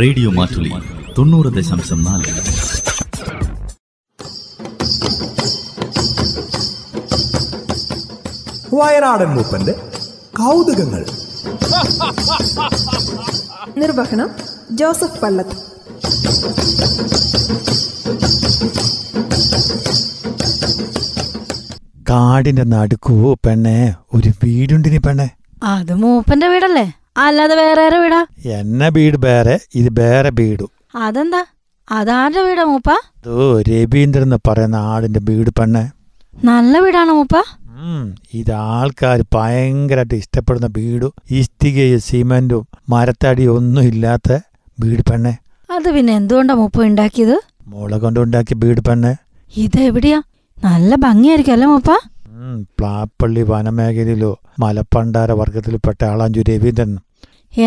radio Mattoli തൊണ്ണൂറ് ദശാംശം നാല് വയനാടൻ മൂപ്പന്റെ കൗതുകങ്ങൾ നിർവഹണം ജോസഫ് പള്ളത്ത് കാടിന്റെ നടുക്കൂ പെണ്ണെ ഒരു വീടുണ്ടിനി പെണ്ണെ അത് മൂപ്പന്റെ വീടല്ലേ അല്ലാതെ വേറെ ആരുടെ വീടാ എന്നെ വീട് വേറെ ഇത് വേറെ വീടു അതെന്താ അതാരുടെ വീടാ മൂപ്പ അത് രവീന്ദ്രൻ എന്ന് പറയുന്ന ആടിന്റെ വീട് പെണ്ണെ നല്ല വീടാണോ മൂപ്പ ഉം, ഇത് ആൾക്കാർ ഭയങ്കരമായിട്ട് ഇഷ്ടപ്പെടുന്ന വീടു ഇഷ്ടികയും സിമെന്റും മരത്തടിയും ഒന്നും ഇല്ലാത്ത വീട് പെണ്ണെ അത് പിന്നെ എന്തുകൊണ്ടാ മൂപ്പ ഉണ്ടാക്കിയത് മുള കൊണ്ട് ഉണ്ടാക്കിയ വീട് പെണ്ണെ ഇത് എവിടെയാ നല്ല ഭംഗിയായിരിക്കും അല്ലേ മൂപ്പ ഉം, പ്ലാപ്പള്ളി വനമേഖലയിലോ മലപ്പണ്ടാര വർഗത്തിൽപ്പെട്ട ആളാഞ്ചു രവീന്ദ്രൻ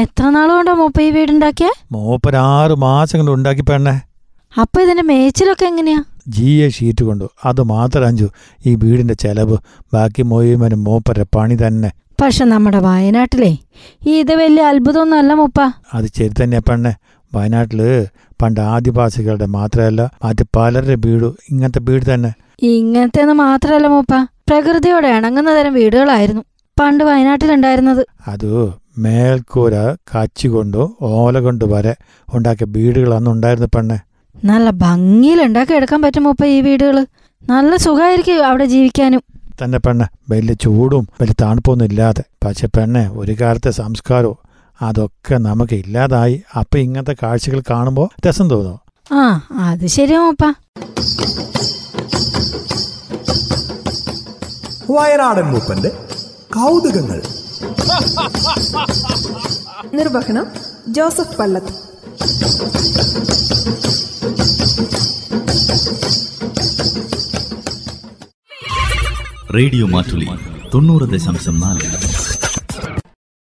എത്ര നാളുകൊണ്ടാ മൂപ്പ ഈ വീടുണ്ടാക്കിയ മൂപ്പരാറ് മാസം കൊണ്ട് ഉണ്ടാക്കി പെണ്ണെ അപ്പൊ ഇതിന്റെ മേച്ചിലൊക്കെ എങ്ങനെയാ ജി എ ഷീറ്റ് കൊണ്ടു അത് മാത്രം അഞ്ചു ഈ വീടിന്റെ ചെലവ് ബാക്കി മൊയ്യുമനും മൂപ്പരുടെ പണി തന്നെ പക്ഷെ നമ്മുടെ വയനാട്ടിലേ ഇത് വലിയ അത്ഭുതമൊന്നും അല്ല മൂപ്പ അത് ശരി തന്നെയാ പെണ്ണെ വയനാട്ടിൽ പണ്ട് ആദിവാസികളുടെ മാത്രമല്ല മറ്റ് പലരുടെ വീട് ഇങ്ങനത്തെ വീട് തന്നെ ഇങ്ങനത്തെ മാത്രല്ല മൂപ്പ പ്രകൃതിയോട് ഇണങ്ങുന്ന തരം വീടുകളായിരുന്നു പണ്ട് വയനാട്ടിലുണ്ടായിരുന്നത് അത് മേൽക്കൂര കച്ചി കൊണ്ടോ ഓല കൊണ്ട് വരെ ഉണ്ടാക്കിയ വീടുകളാണ് ഉണ്ടായിരുന്ന പെണ്ണെ നല്ല ഭംഗിയിൽ എടുക്കാൻ പറ്റും മൂപ്പ ഈ വീടുകള് നല്ല സുഖമായിരിക്കും അവിടെ ജീവിക്കാനും തന്നെ പെണ്ണെ വലിയ ചൂടും വലിയ തണുപ്പൊന്നും ഇല്ലാതെ പക്ഷെ പെണ്ണെ ഒരു കാലത്തെ സംസ്കാരവും അതൊക്കെ നമുക്ക് ഇല്ലാതായി അപ്പം ഇങ്ങനത്തെ കാഴ്ചകൾ കാണുമ്പോൾ രസം തോന്നും ആ അത് ശരിയാ മൂപ്പ വയനാടൻ മൂപ്പന്റെ കൗതുകങ്ങൾ നിർവഹണം ജോസഫ് പള്ളത്ത് റേഡിയോ മാറ്റുലി തൊണ്ണൂറ് ദശാംശം നാല്